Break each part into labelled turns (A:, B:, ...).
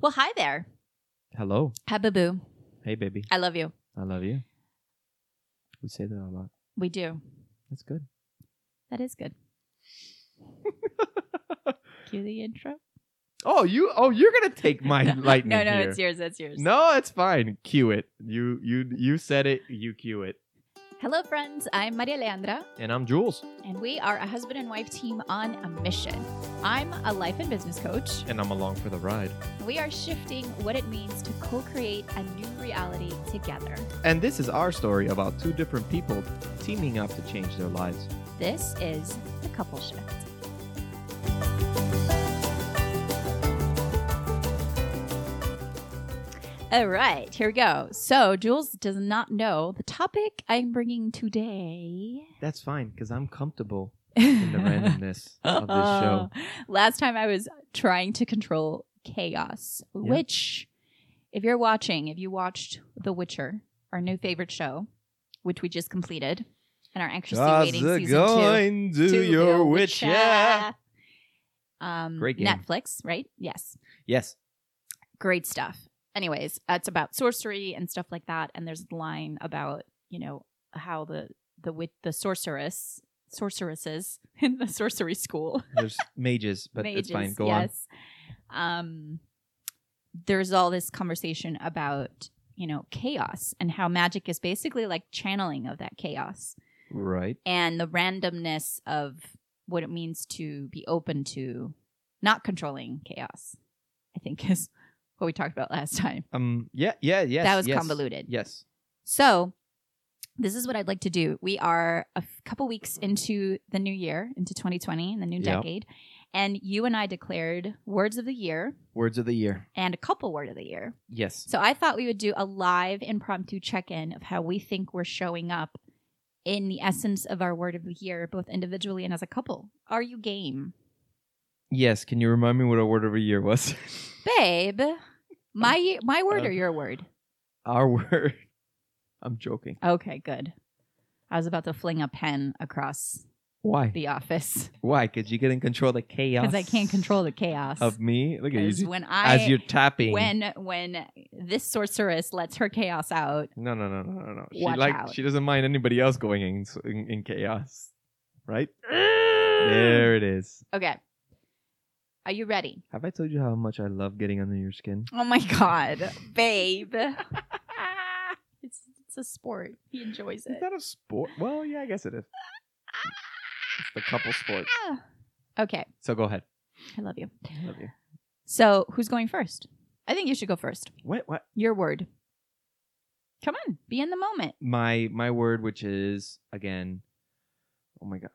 A: Well, hi there.
B: Hello.
A: Hi, boo boo.
B: Hey, baby.
A: I love you.
B: I love you. We say that a lot.
A: We do.
B: That's good.
A: That is good. Cue the intro.
B: Oh, you. Oh, you're gonna take my lightning.
A: no, no,
B: here.
A: it's yours. That's yours.
B: No, it's fine. Cue it. You, you, you said it. You cue it.
A: Hello, friends. I'm Maria Leandra,
B: And I'm Jules.
A: and we are a husband and wife team on a mission. I'm a life and business coach.
B: And I'm along for the ride.
A: We are shifting what it means to co create a new reality together.
B: And this is our story about two different people teaming up to change their lives.
A: This is the couple shift. All right, here we go. So, Jules does not know the topic I'm bringing today.
B: That's fine because I'm comfortable in the
A: In
B: randomness of this show.
A: Last time I was trying to control chaos,
B: Yeah.
A: which, if you're watching, if you watched The Witcher, our new favorite show, which we just completed and are anxiously waiting
B: Just
A: season two.
B: going to,
A: To
B: your
A: the
B: witch.
A: Witcher. Um,
B: Great game.
A: Netflix, right? Yes.
B: Yes.
A: Great stuff. Anyways, it's about sorcery and stuff like that. And there's a line about, you know, how the the wit the sorceress sorceresses in the sorcery school
B: There's mages, but
A: mages,
B: it's fine. Go on.
A: yes. Um there's all this conversation about, you know, chaos and how magic is basically like channeling of that chaos
B: Right.
A: and the randomness of what it means to be open to not controlling chaos, I think is what we talked about last time.
B: Um. Yeah. Yeah. Yes.
A: that was
B: yes,
A: convoluted.
B: Yes.
A: So, this is what I'd like to do. We are a f- couple weeks into the new year, into 2020 and the new
B: Yeah.
A: decade. And you and I declared words of the year
B: Words of the year.
A: and a couple word of the year.
B: Yes.
A: So I thought we would do a live impromptu check in of how we think we're showing up in the essence of our word of the year, both individually and as a couple. Are you game?
B: Yes. Can you remind me what a word of the year was?
A: Babe, my my word
B: Uh,
A: or your word?
B: Our word. I'm joking.
A: Okay, good. I was about to fling a pen across
B: Why?
A: the office
B: Why? Because you couldn't control the chaos.
A: because I can't control the chaos.
B: of me. Look at you.
A: 'Cause
B: see-
A: when I
B: As you're tapping.
A: when when this sorceress lets her chaos out,
B: No, no, no, no, no, no. She
A: Watch
B: like
A: out.
B: she doesn't mind anybody else going in in, in chaos, right?
A: Mm.
B: there it is.
A: okay. Are you ready?
B: Have I told you how much I love getting under your skin?
A: Oh my god, babe. it's it's a sport. He enjoys
B: Is
A: it.
B: that a sport? Well, yeah, I guess it is. It's the couple sport.
A: Ah. Okay,
B: So go ahead.
A: I love you.
B: I love you.
A: So, who's going first? I think you should go first.
B: What? What?
A: Your word. Come on, be in the moment.
B: my my word which is again oh my god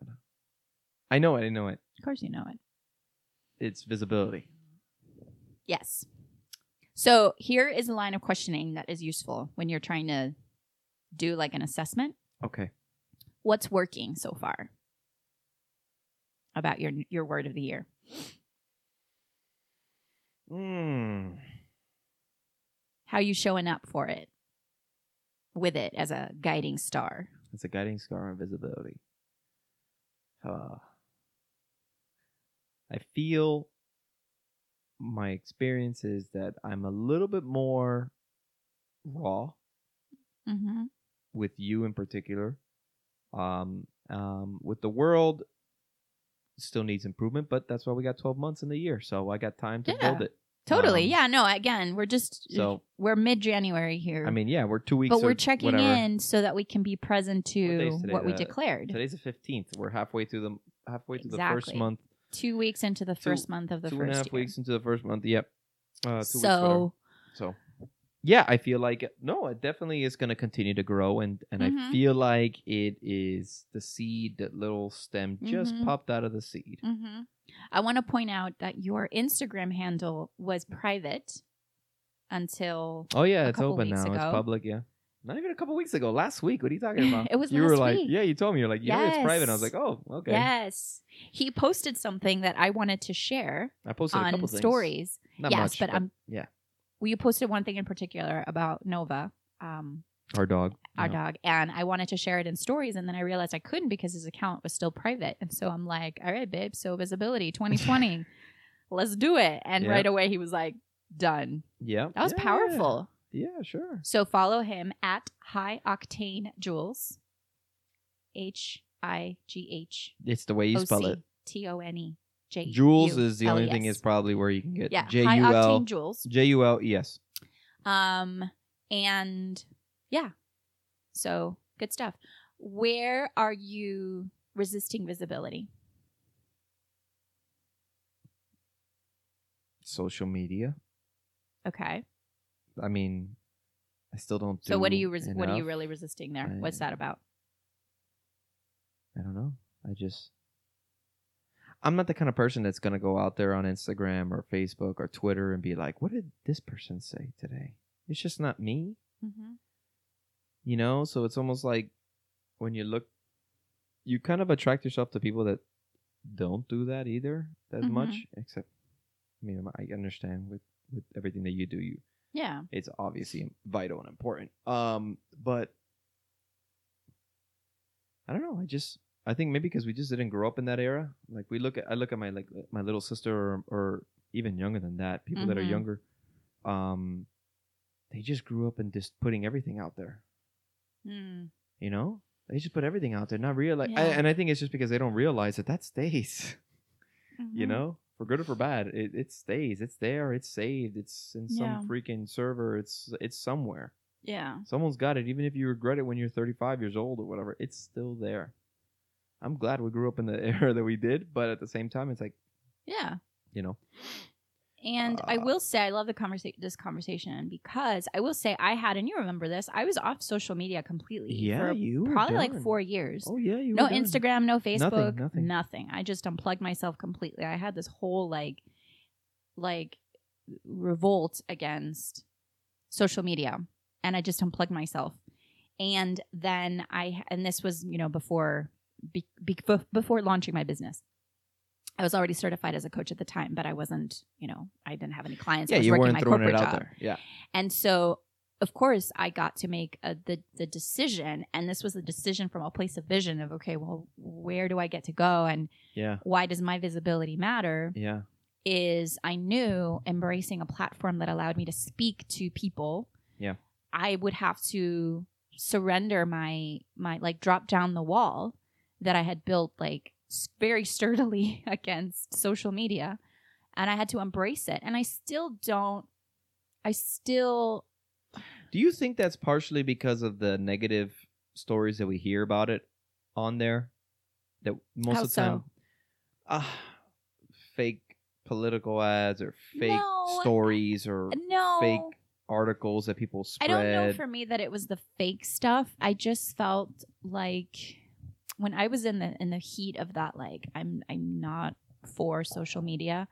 B: i know it i know it
A: Of course you know it.
B: it's visibility
A: Yes. So, here is a line of questioning that is useful when you're trying to do like an assessment.
B: okay
A: What's working so far about your your word of the year?
B: mm.
A: how you showing up for it with it as a guiding star.
B: it's a guiding star on visibility uh, i feel my experience is that i'm a little bit more raw
A: Mm-hmm.
B: with you in particular um, um, with the world still needs improvement but that's why we got 12 months in the year so i got time to
A: Yeah.
B: build it
A: Totally.
B: Um,
A: yeah. No. Again, we're just
B: so-
A: we're mid January here.
B: i mean yeah we're two weeks
A: but
B: or
A: we're checking
B: whatever.
A: in so that we can be present
B: What
A: to
B: day's today?
A: what we
B: The-
A: declared.
B: today's the 15th we're halfway through the halfway through the first
A: Exactly.
B: month
A: two weeks into the
B: Two-
A: first month of the
B: two
A: first
B: and a half
A: year.
B: weeks into the first month yep uh, two
A: so
B: weeks whatever. so yeah i feel like no it definitely is going to continue to grow and and i
A: Mhm.
B: feel like it is the seed that little stem just
A: Mhm.
B: popped out of the seed
A: mhm. I want to point out that your Instagram handle was private until
B: Oh yeah,
A: a
B: it's
A: couple
B: open now.
A: weeks
B: It's
A: ago.
B: public. Yeah, not even a couple weeks ago. Last week. What are you talking about?
A: It was
B: You were
A: last
B: like,
A: week.
B: yeah, you told me. You're like, yeah, it's private. And I was
A: Yes.
B: like, oh, okay.
A: yes, he posted something that I wanted to share
B: I posted a
A: on
B: couple things.
A: stories.
B: Not
A: yes,
B: much,
A: but, um,
B: yeah,
A: well, you posted one thing in particular about Nova, um,
B: our dog.
A: our
B: Yeah.
A: dog, and I wanted to share it in stories, and then I realized I couldn't because his account was still private, and so I'm like, all right, babe, so visibility 2020, let's do it, and
B: Yeah.
A: right away he was like, done.
B: Yeah.
A: That was
B: Yeah.
A: powerful.
B: Yeah, sure.
A: So follow him at High Octane Jules. H I G H
B: It's the way you
A: O
B: spell
A: C
B: it.
A: T O N E J.
B: Jules is the only thing
A: U L E S.
B: is probably where you can get
A: yeah
B: J
A: High
B: U
A: Octane
B: L
A: Jules.
B: J U L E S.
A: Um and yeah, so good stuff. Where are you resisting visibility?
B: Social media.
A: Okay.
B: I mean, I still don't.
A: So what are
B: do
A: you res- what are you
B: enough.
A: really resisting there? What's
B: I-
A: that about?
B: I don't know. I just I'm not the kind of person that's gonna go out there on Instagram or Facebook or Twitter and be like, "What did this person say today?" It's just not me,
A: Mm-hmm.
B: you know. So it's almost like when you look, you kind of attract yourself to people that don't do that either as
A: Mhm.
B: much. Except, I mean, I understand with with everything that you do, you
A: Yeah.
B: it's obviously vital and important. Um, but I don't know. I just I think maybe because we just didn't grow up in that era. Like we look at I look at my like my little sister or, or even younger than that. People that are
A: Mhm.
B: younger, um, they just grew up in just putting everything out there.
A: Mm.
B: You know, they just put everything out there, not realize. I,
A: Yeah.
B: and I think it's just because they don't realize that that stays. You
A: Mhm.
B: know, for good or for bad, it, it stays. It's there. It's saved. It's in some
A: Yeah.
B: freaking server. It's it's somewhere.
A: Yeah.
B: Someone's got it, even if you regret it when you're 35 years old or whatever. It's still there. I'm glad we grew up in the era that we did, but at the same time, it's like
A: Yeah.
B: you know,
A: And I
B: Uh,
A: will say, I love the conversation, this conversation, because I will say, I had, and you remember this, I was off social media completely. for
B: you were
A: probably like
B: done.
A: four years.
B: Oh yeah, you
A: no
B: were done.
A: Instagram, no Facebook,
B: nothing.
A: I just unplugged myself completely. I had this whole like, like, revolt against social media, and I just unplugged myself. And then I, and this was you know before be, be, before launching my business. I was already certified as a coach at the time, but I wasn't, you know, I didn't have any clients.
B: Yeah,
A: I was
B: you
A: working
B: weren't
A: my
B: throwing
A: corporate
B: it out
A: job.
B: there. Yeah,
A: And so, of course, I got to make a, the the decision, and this was a decision from a place of vision of okay, well, where do I get to go, and
B: yeah,
A: why does my visibility matter?
B: yeah,
A: Is I knew embracing a platform that allowed me to speak to people.
B: Yeah.
A: I would have to surrender my my like drop down the wall that I had built like s- very sturdily against social media and I had to embrace it and I still don't I still
B: Do you think that's partially because of the negative stories that we hear about it on there? That most
A: How
B: of the time,
A: so?
B: ah, fake political ads or fake
A: No.
B: stories or
A: no
B: fake articles that people
A: I
B: spread.
A: don't know for me that it was the fake stuff. I just felt like when I was in the in the heat of that like I'm I'm not for social media.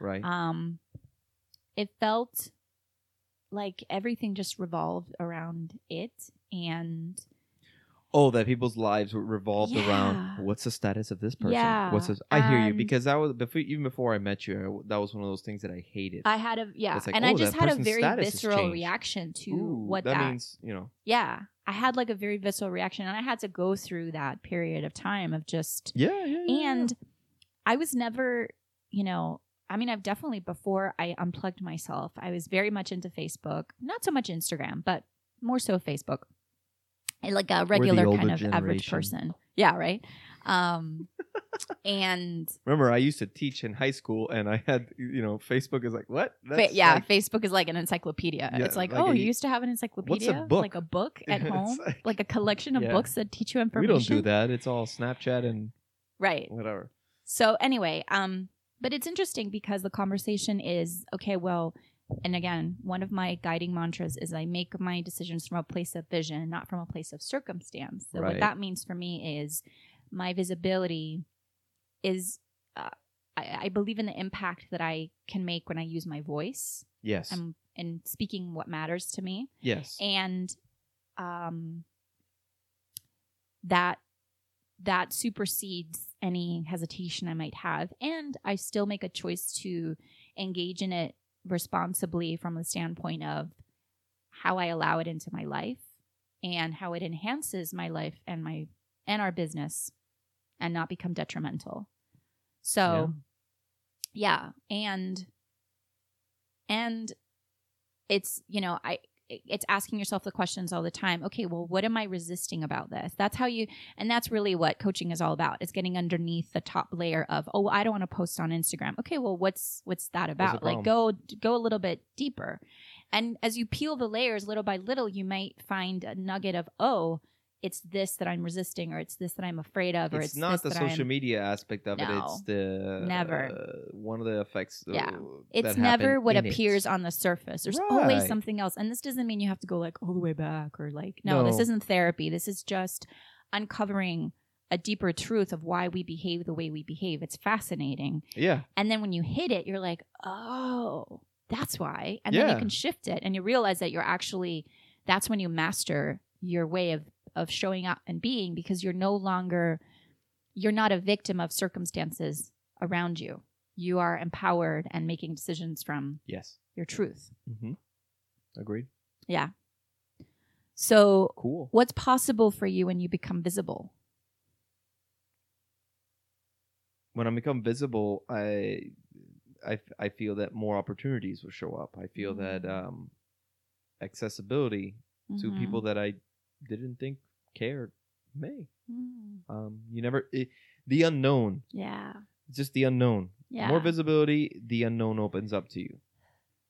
B: right.
A: Um it felt like everything just revolved around it and
B: oh, that people's lives were revolved
A: Yeah.
B: around what's the status of this person?
A: Yeah, Um,
B: What's this? I hear you
A: and-
B: because that was before even before I met you. I w- That was one of those things that I hated.
A: I had a yeah,
B: It's like,
A: and
B: oh,
A: I
B: that
A: just had a
B: person's
A: very
B: status has
A: visceral
B: changed.
A: reaction to
B: Ooh,
A: what
B: that,
A: that
B: means. You know.
A: yeah. I had like a very visceral reaction and I had to go through that period of time of just
B: Yeah, yeah, yeah, yeah.
A: and I was never, you know, I mean, I've definitely before I unplugged myself, I was very much into Facebook, not so much Instagram, but more so Facebook. I like a regular
B: older
A: kind of average
B: generation.
A: person. Yeah, right. Um, and
B: remember I used to teach in high school, and I had you know Facebook is like what?
A: fa- yeah,
B: like-
A: Facebook is like an encyclopedia.
B: Yeah,
A: it's like,
B: like
A: oh,
B: a-
A: you used to have an encyclopedia,
B: book?
A: like a book at
B: It's
A: home,
B: like-
A: like a collection of
B: Yeah.
A: books that teach you
B: we
A: information.
B: don't do that. It's all Snapchat and
A: right?
B: whatever.
A: So anyway, um, but it's interesting because the conversation is okay. Well, and again, one of my guiding mantras is I make my decisions from a place of vision, not from a place of circumstance. So what
B: Right.
A: that means for me is my visibility is. Uh, I I believe in the impact that I can make when I use my voice
B: Yes.
A: and, and speaking what matters to me
B: yes.
A: Um, and um, that that supersedes any hesitation I might have, and I still make a choice to engage in it responsibly from the standpoint of how I allow it into my life and how it enhances my life and my and our business and not become detrimental. So yeah, and and it's you know i it's asking yourself the questions all the time okay well what am i resisting about this that's how you and that's really what coaching is all about is getting underneath the top layer of oh i don't want to post on instagram okay well what's what's that about like go go a little bit deeper and as you peel the layers little by little you might find a nugget of oh it's this that i'm resisting or it's this that i'm afraid of or
B: it's,
A: it's,
B: not the
A: this that
B: social
A: I'm-
B: media aspect of it.
A: No.
B: It's the
A: Never.
B: uh, one of the effects. uh,
A: Yeah.
B: that
A: it's
B: happen
A: never what
B: in it.
A: appears on the surface. There's always
B: Right.
A: something else. And this doesn't mean you have to go like all the way back or like, no, this
B: No.
A: isn't therapy. This is just uncovering a deeper truth of why we behave the way we behave. It's fascinating.
B: Yeah,
A: And then when you hit it, you're like, oh, that's why. And then you
B: Yeah.
A: can shift it and you realize that you're actually, that's when you master your way of, of showing up and being because you're no longer, you're not a victim of circumstances around you. You are empowered and making decisions from
B: yes.
A: your truth.
B: Mm-hmm. Agreed.
A: So,
B: Cool.
A: what's possible for you when you become visible?
B: When I become visible, I, I, I feel that more opportunities will show up. I feel that
A: Mhm.
B: um, accessibility to
A: Mhm.
B: people that I didn't think cared may.
A: Mm.
B: Um, you never it, the unknown,
A: Yeah.
B: just the unknown.
A: Yeah.
B: More visibility, the unknown opens up to you.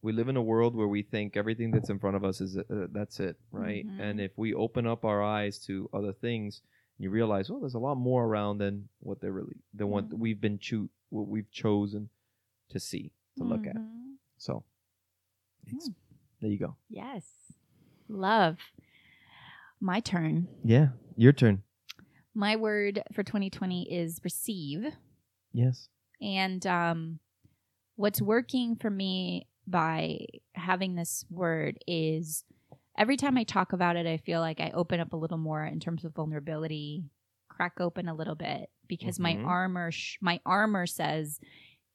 B: We live in a world where we think everything that's in front of us is uh, that's it, right?
A: Mhm.
B: And if we open up our eyes to other things, you realize, well, there's a lot more around than what they're really than what
A: Mhm.
B: we've been cho- what we've chosen to see to look at.
A: Mhm.
B: So, it's,
A: Hmm.
B: there you go.
A: Yes. Love. My turn.
B: Yeah, your turn.
A: My word for 2020 is receive.
B: Yes.
A: And um, what's working for me by having this word is every time I talk about it, I feel like I open up a little more in terms of vulnerability, crack open a little bit because
B: Mhm.
A: my armor, sh- my armor says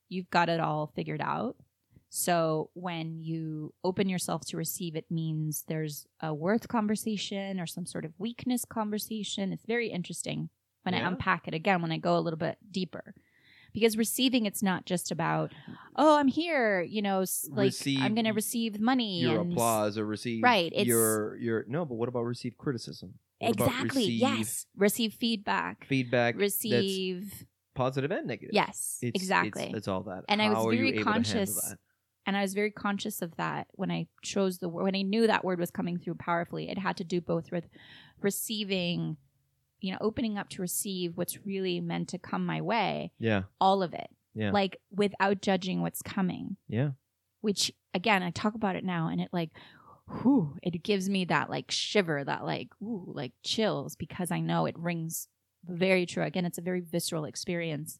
A: you've got it all figured out. So when you open yourself to receive, it means there's a worth conversation or some sort of weakness conversation. It's very interesting when I
B: Yeah.
A: unpack it again, when I go a little bit deeper. Because receiving, it's not just about, oh, I'm here, you know, s- like I'm
B: Receive
A: going to receive money.
B: your
A: and s-
B: applause or receive
A: Right, it's-
B: your your no but what about receive criticism What about
A: Exactly.
B: receive
A: Yes. Receive feedback.
B: feedback that's
A: receive.
B: positive and negative
A: Yes.
B: It's- it's-
A: exactly.
B: it's, all that
A: And I was
B: How are you
A: very
B: able to handle
A: conscious
B: that?
A: and I was very conscious of that when I chose the word when I knew that word was coming through powerfully. It had to do both with receiving, you know, opening up to receive what's really meant to come my way,
B: yeah
A: all of it.
B: Yeah.
A: Like without judging what's coming.
B: yeah
A: Which again, I talk about it now and it like whew, it gives me that like shiver, that like ooh, like chills because I know it rings very true. Again, it's a very visceral experience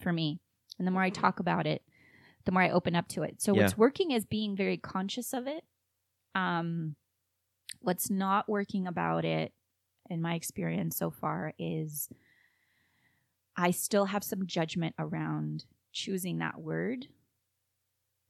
A: for me. And the more I talk about it, the more I open up to it. So what's working is being very conscious of it. Um, what's not working about it, in my experience so far, is I still have some judgment around choosing that word.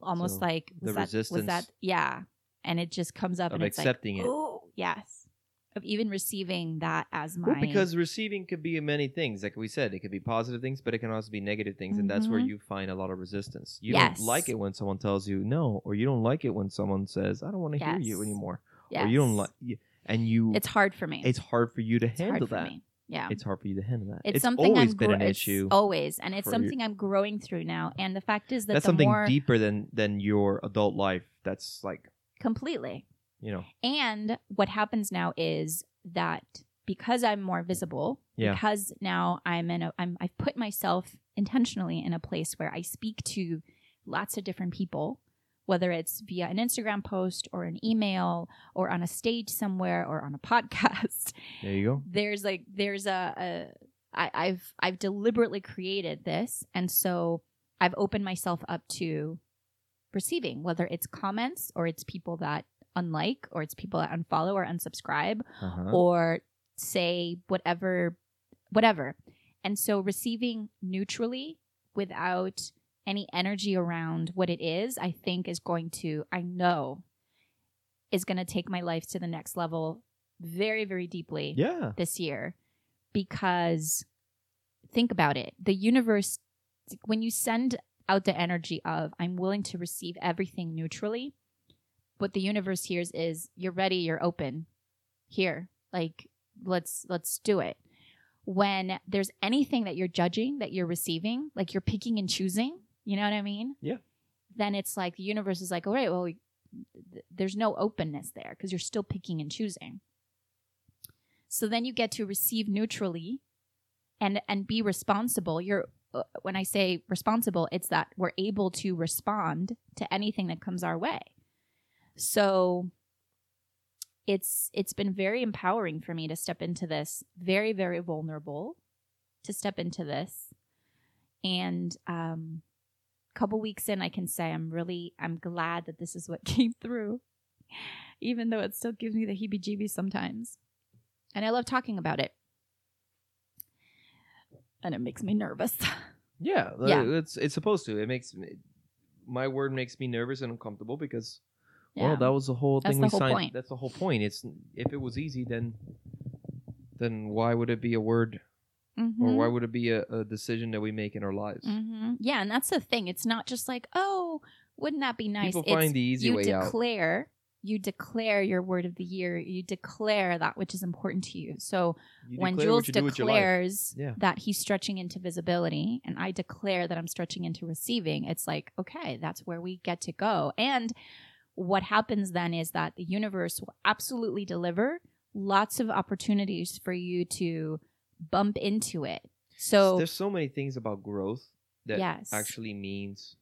A: Almost
B: So
A: like
B: the
A: was that, was
B: resistance-
A: that yeah, and it just comes up
B: of
A: and it's
B: accepting
A: like,
B: it
A: oh yes, of even receiving that as my
B: well, because receiving could be many things like we said it could be positive things but it can also be negative things and that's where
A: Mhm.
B: you find a lot of resistance you
A: Yes.
B: don't like it when someone tells you no or you don't like it when someone says i don't want to hear you
A: Yes.
B: anymore
A: yes.
B: or you don't like and you
A: It's hard for me.
B: it's hard for you to
A: It's
B: handle
A: hard for
B: that
A: me. Yeah.
B: it's hard for you to handle that
A: it's, something
B: always
A: I'm
B: been
A: gro-
B: an
A: it's
B: issue
A: always, and it's
B: for you.
A: something I'm growing through now. And the fact is that
B: that's
A: the
B: something
A: more
B: deeper than than your adult life that's like
A: completely,
B: you know
A: and what happens now is that because I'm more visible,
B: Yeah.
A: because now I'm in a, I'm, I've put myself intentionally in a place where I speak to lots of different people, whether it's via an Instagram post or an email or on a stage somewhere or on a podcast.
B: there you go
A: there's like there's a, a I, I've I've deliberately created this, and so I've opened myself up to receiving whether it's comments or it's people that unlike or it's people that unfollow or unsubscribe
B: uh-huh.
A: or say whatever whatever and so receiving neutrally without any energy around what it is i think is going to i know is going to take my life to the next level very very deeply
B: yeah
A: this year because think about it the universe when you send out the energy of I'm willing to receive everything neutrally. What the universe hears is you're ready, you're open. Here, like let's let's do it. When there's anything that you're judging that you're receiving, like you're picking and choosing, you know what I mean?
B: Yeah.
A: Then it's like the universe is like, all right, well, th- there's no openness there because you're still picking and choosing. So then you get to receive neutrally, and and be responsible. You're uh, when I say responsible, it's that we're able to respond to anything that comes our way. So it's it's been very empowering for me to step into this very very vulnerable to step into this and um couple weeks in i can say i'm really i'm glad that this is what came through even though it still gives me the heebie jeebies sometimes and i love talking about it and it makes me nervous
B: Yeah,
A: Yeah.
B: uh, it's it's supposed to. It makes me, my word makes me nervous and uncomfortable because
A: yeah.
B: well, that was the whole
A: That's
B: thing
A: the
B: we
A: whole
B: signed.
A: point.
B: That's the whole point. It's if it was easy, then then why would it be a word
A: Mhm.
B: or why would it be a, a decision that we make in our lives?
A: hmm Yeah, and that's the thing. It's not just like, oh, wouldn't that be nice?
B: People
A: It's
B: find the easy
A: you
B: way out.
A: declare, you declare your word of the year. You declare that which is important to you. So
B: You
A: when
B: declare what
A: Jules
B: you do with your life.
A: declares
B: Yeah.
A: that he's stretching into visibility and I declare that I'm stretching into receiving, it's like, okay, that's where we get to go. And what happens then is that the universe will absolutely deliver lots of opportunities for you to bump into it. So,
B: there's so many things about growth that
A: yes.
B: actually means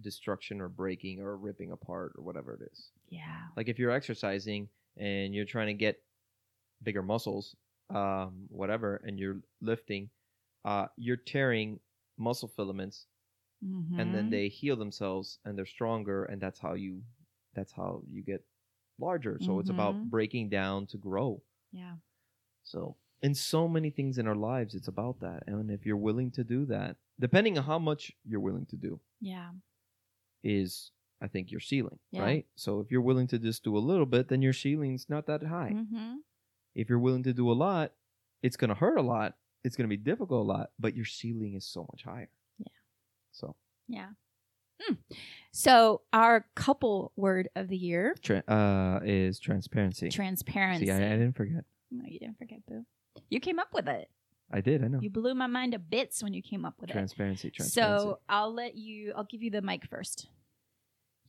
B: destruction or breaking or ripping apart or whatever it is.
A: yeah.
B: Like if you're exercising and you're trying to get bigger muscles, um, whatever, and you're lifting, uh, you're tearing muscle filaments, and then
A: Mhm.
B: they heal themselves and they're stronger, and that's how you that's how you get larger. So it's about
A: Mhm.
B: breaking down to grow.
A: Yeah.
B: So, in so many things in our lives, it's about that. And if you're willing to do that, depending on how much you're willing to do,
A: Yeah.
B: is I think your ceiling,
A: Yeah.
B: right? So, if you're willing to just do a little bit, then your ceiling's not that high.
A: Mm-hmm.
B: If you're willing to do a lot, it's going to hurt a lot. It's going to be difficult a lot, but your ceiling is so much higher.
A: Yeah.
B: So,
A: Yeah. Hmm. So our couple word of the year,
B: tra- uh, is transparency.
A: transparency.
B: See, I, I didn't forget.
A: No, you didn't forget, boo. You came up with it.
B: I did. I know.
A: You blew my mind to bits when you came up with
B: Transparency,
A: it.
B: transparency.
A: So I'll let you. I'll give you the mic first.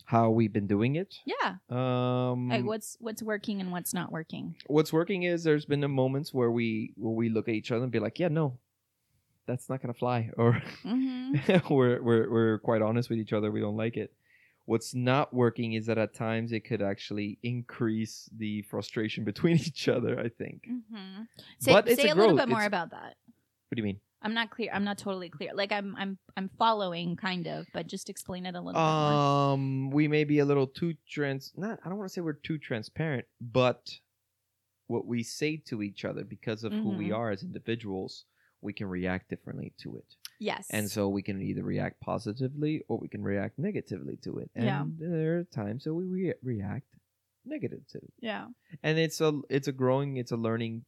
B: how we've been doing it.
A: Yeah.
B: Um,
A: Like what's what's working and what's not working.
B: what's working is there's been the moments where we where we look at each other and be like, yeah, no, that's not gonna fly, or
A: Mm-hmm.
B: we're, we're we're quite honest with each other. We don't like it. What's not working is that at times it could actually increase the frustration between each other. I think.
A: mm-hmm. Say,
B: But it's
A: say a,
B: a
A: little
B: growth.
A: bit more
B: It's-
A: about that.
B: What do you mean?
A: I'm not clear. I'm not totally clear. Like I'm I'm I'm following kind of, but just explain it a little bit more.
B: Um, we may be a little too trans. Not. I don't want to say we're too transparent, but what we say to each other because of who we
A: Mhm.
B: are as individuals, we can react differently to it.
A: Yes.
B: And so we can either react positively or we can react negatively to it. And
A: Yeah.
B: there are times that we re- react negative to it.
A: yeah.
B: And it's a it's a growing, it's a learning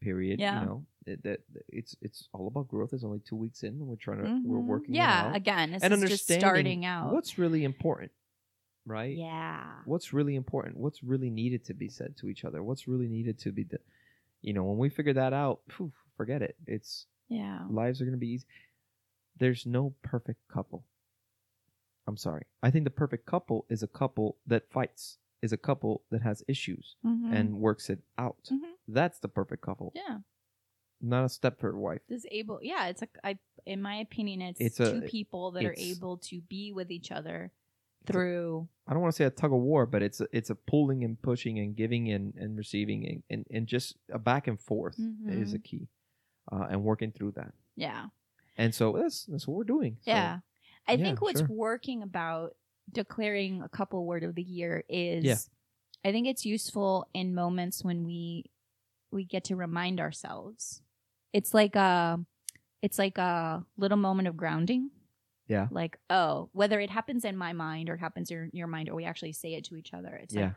B: period.
A: Yeah.
B: You know It- that it's it's all about growth. It's only two weeks in. We're trying to we're
A: Mhm.
B: working. it
A: Yeah,
B: out.
A: again, this
B: and
A: is
B: understanding
A: just starting out.
B: what's really important, right?
A: yeah.
B: What's really important? What's really needed to be said to each other? What's really needed to be, d you know, when we figure that out, phew, forget it. It's
A: Yeah.
B: lives are going to be easy. There's no perfect couple. I'm sorry. I think the perfect couple is a couple that fights, is a couple that has issues
A: Mhm.
B: and works it out.
A: Mhm.
B: That's the perfect couple,
A: yeah.
B: not a Stepford wife.
A: This able yeah, it's like I in my opinion it's,
B: It's a-
A: two people that are
B: it's-
A: able to be with each other
B: a-
A: through
B: I don't want to say a tug of war, but it's a, it's a pulling and pushing and giving and, and receiving and, and, and just a back and forth is
A: Mhm.
B: a key uh, and working through that.
A: yeah.
B: And so that's, that's what we're doing. So,
A: yeah. I
B: yeah,
A: think what's
B: sure.
A: working about declaring a couple word of the year is
B: Yeah.
A: I think it's useful in moments when we we get to remind ourselves. It's like a it's like a little moment of grounding.
B: Yeah.
A: Like, oh, whether it happens in my mind or it happens in your mind or we actually say it to each other. It's like
B: Yeah.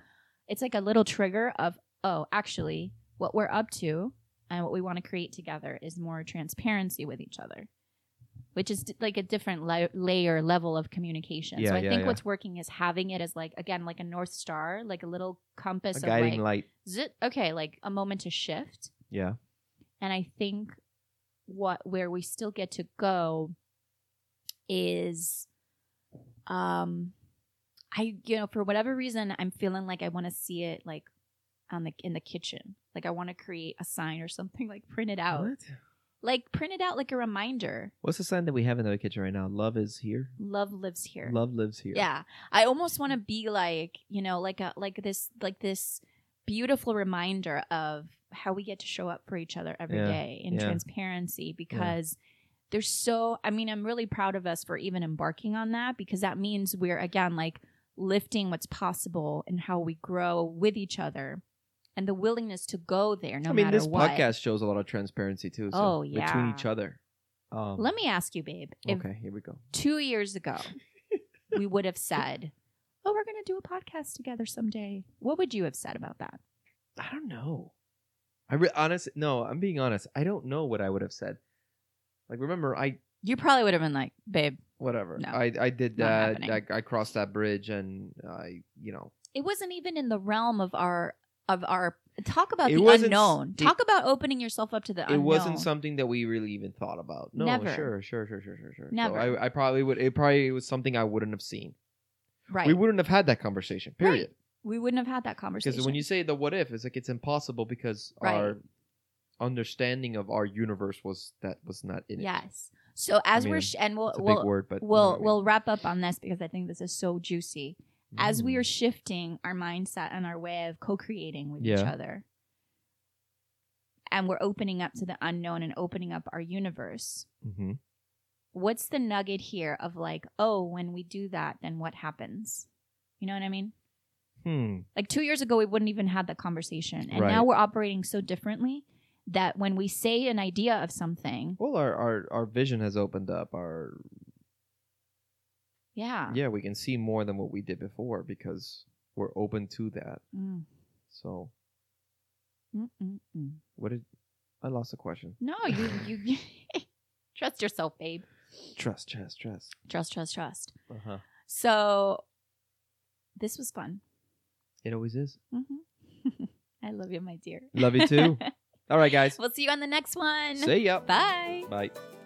A: it's like a little trigger of oh actually what we're up to and what we want to create together is more transparency with each other which is d- like a different la- layer level of communication.
B: Yeah,
A: so I
B: yeah,
A: think
B: yeah.
A: what's working is having it as like again like a north star, like a little compass
B: A
A: of like
B: guiding light.
A: zit, okay, like a moment to shift.
B: Yeah.
A: And I think what where we still get to go is um I you know for whatever reason I'm feeling like I want to see it like on the in the kitchen. Like I want to create a sign or something like print it out.
B: What?
A: Like print it out like a reminder.
B: What's the sign that we have in the kitchen right now? Love is here.
A: Love lives here.
B: Love lives here. Mm-hmm.
A: Yeah. I almost want to be like, you know, like a like this like this beautiful reminder of how we get to show up for each other every day
B: Yeah.
A: in
B: Yeah.
A: transparency because there's so I mean, I'm really proud of us for even embarking on that because that means we're again like lifting what's possible and how we grow with each other and the willingness to go there no
B: I mean,
A: matter
B: this
A: what.
B: podcast shows a lot of transparency too. So
A: Oh,
B: Between
A: yeah.
B: each other. Um,
A: Let me ask you, babe, if
B: Okay, here we go.
A: two years ago, we would have said, Oh, we're going to do a podcast together someday. What would you have said about that?
B: I don't know. I re- honestly, no, I'm being honest. I don't know what I would have said. Like, remember, I
A: You probably would have been like, Babe,
B: whatever.
A: No.
B: I I did
A: Not
B: that. I,
A: happening.
B: I crossed that bridge, and I, you know,
A: it wasn't even in the realm of our, of our, talk about
B: It
A: the
B: wasn't s-
A: unknown.
B: it-
A: talk about opening yourself up to the
B: it
A: unknown.
B: wasn't something that we really even thought about. No,
A: Never.
B: sure, sure, sure, sure, sure, sure. So
A: Never.
B: I, I probably would. It probably was something I wouldn't have seen.
A: right.
B: We wouldn't have had that conversation. Period.
A: We wouldn't have had that
B: Because
A: conversation.
B: when you say the what if, it's like it's impossible because
A: Right.
B: our understanding of our universe was that was not in it.
A: yes. So as
B: I mean,
A: we're, sh- and we'll,
B: it's a big
A: we'll,
B: word, but you know what I
A: we'll,
B: mean.
A: we'll wrap up on this because I think this is so juicy. as we
B: Mm.
A: are shifting our mindset and our way of co-creating with each
B: Yeah.
A: other and we're opening up to the unknown and opening up our universe
B: Mhm.
A: what's the nugget here of like oh when we do that then what happens you know what i mean
B: Hmm.
A: like two years ago we wouldn't even have that conversation and now
B: Right.
A: we're operating so differently that when we say an idea of something
B: Well, our, our our vision has opened up. Our
A: yeah,
B: yeah, we can see more than what we did before because we're open to that.
A: Mm.
B: So
A: Mm, mm, mm.
B: what did I lost the question?
A: no you you trust yourself babe
B: Trust, trust, trust.
A: trust trust trust
B: Uh huh.
A: So this was fun.
B: It always is.
A: hmm I love you, my dear.
B: Love you too. All right, guys.
A: We'll see you on the next one.
B: See ya.
A: Bye.
B: Bye.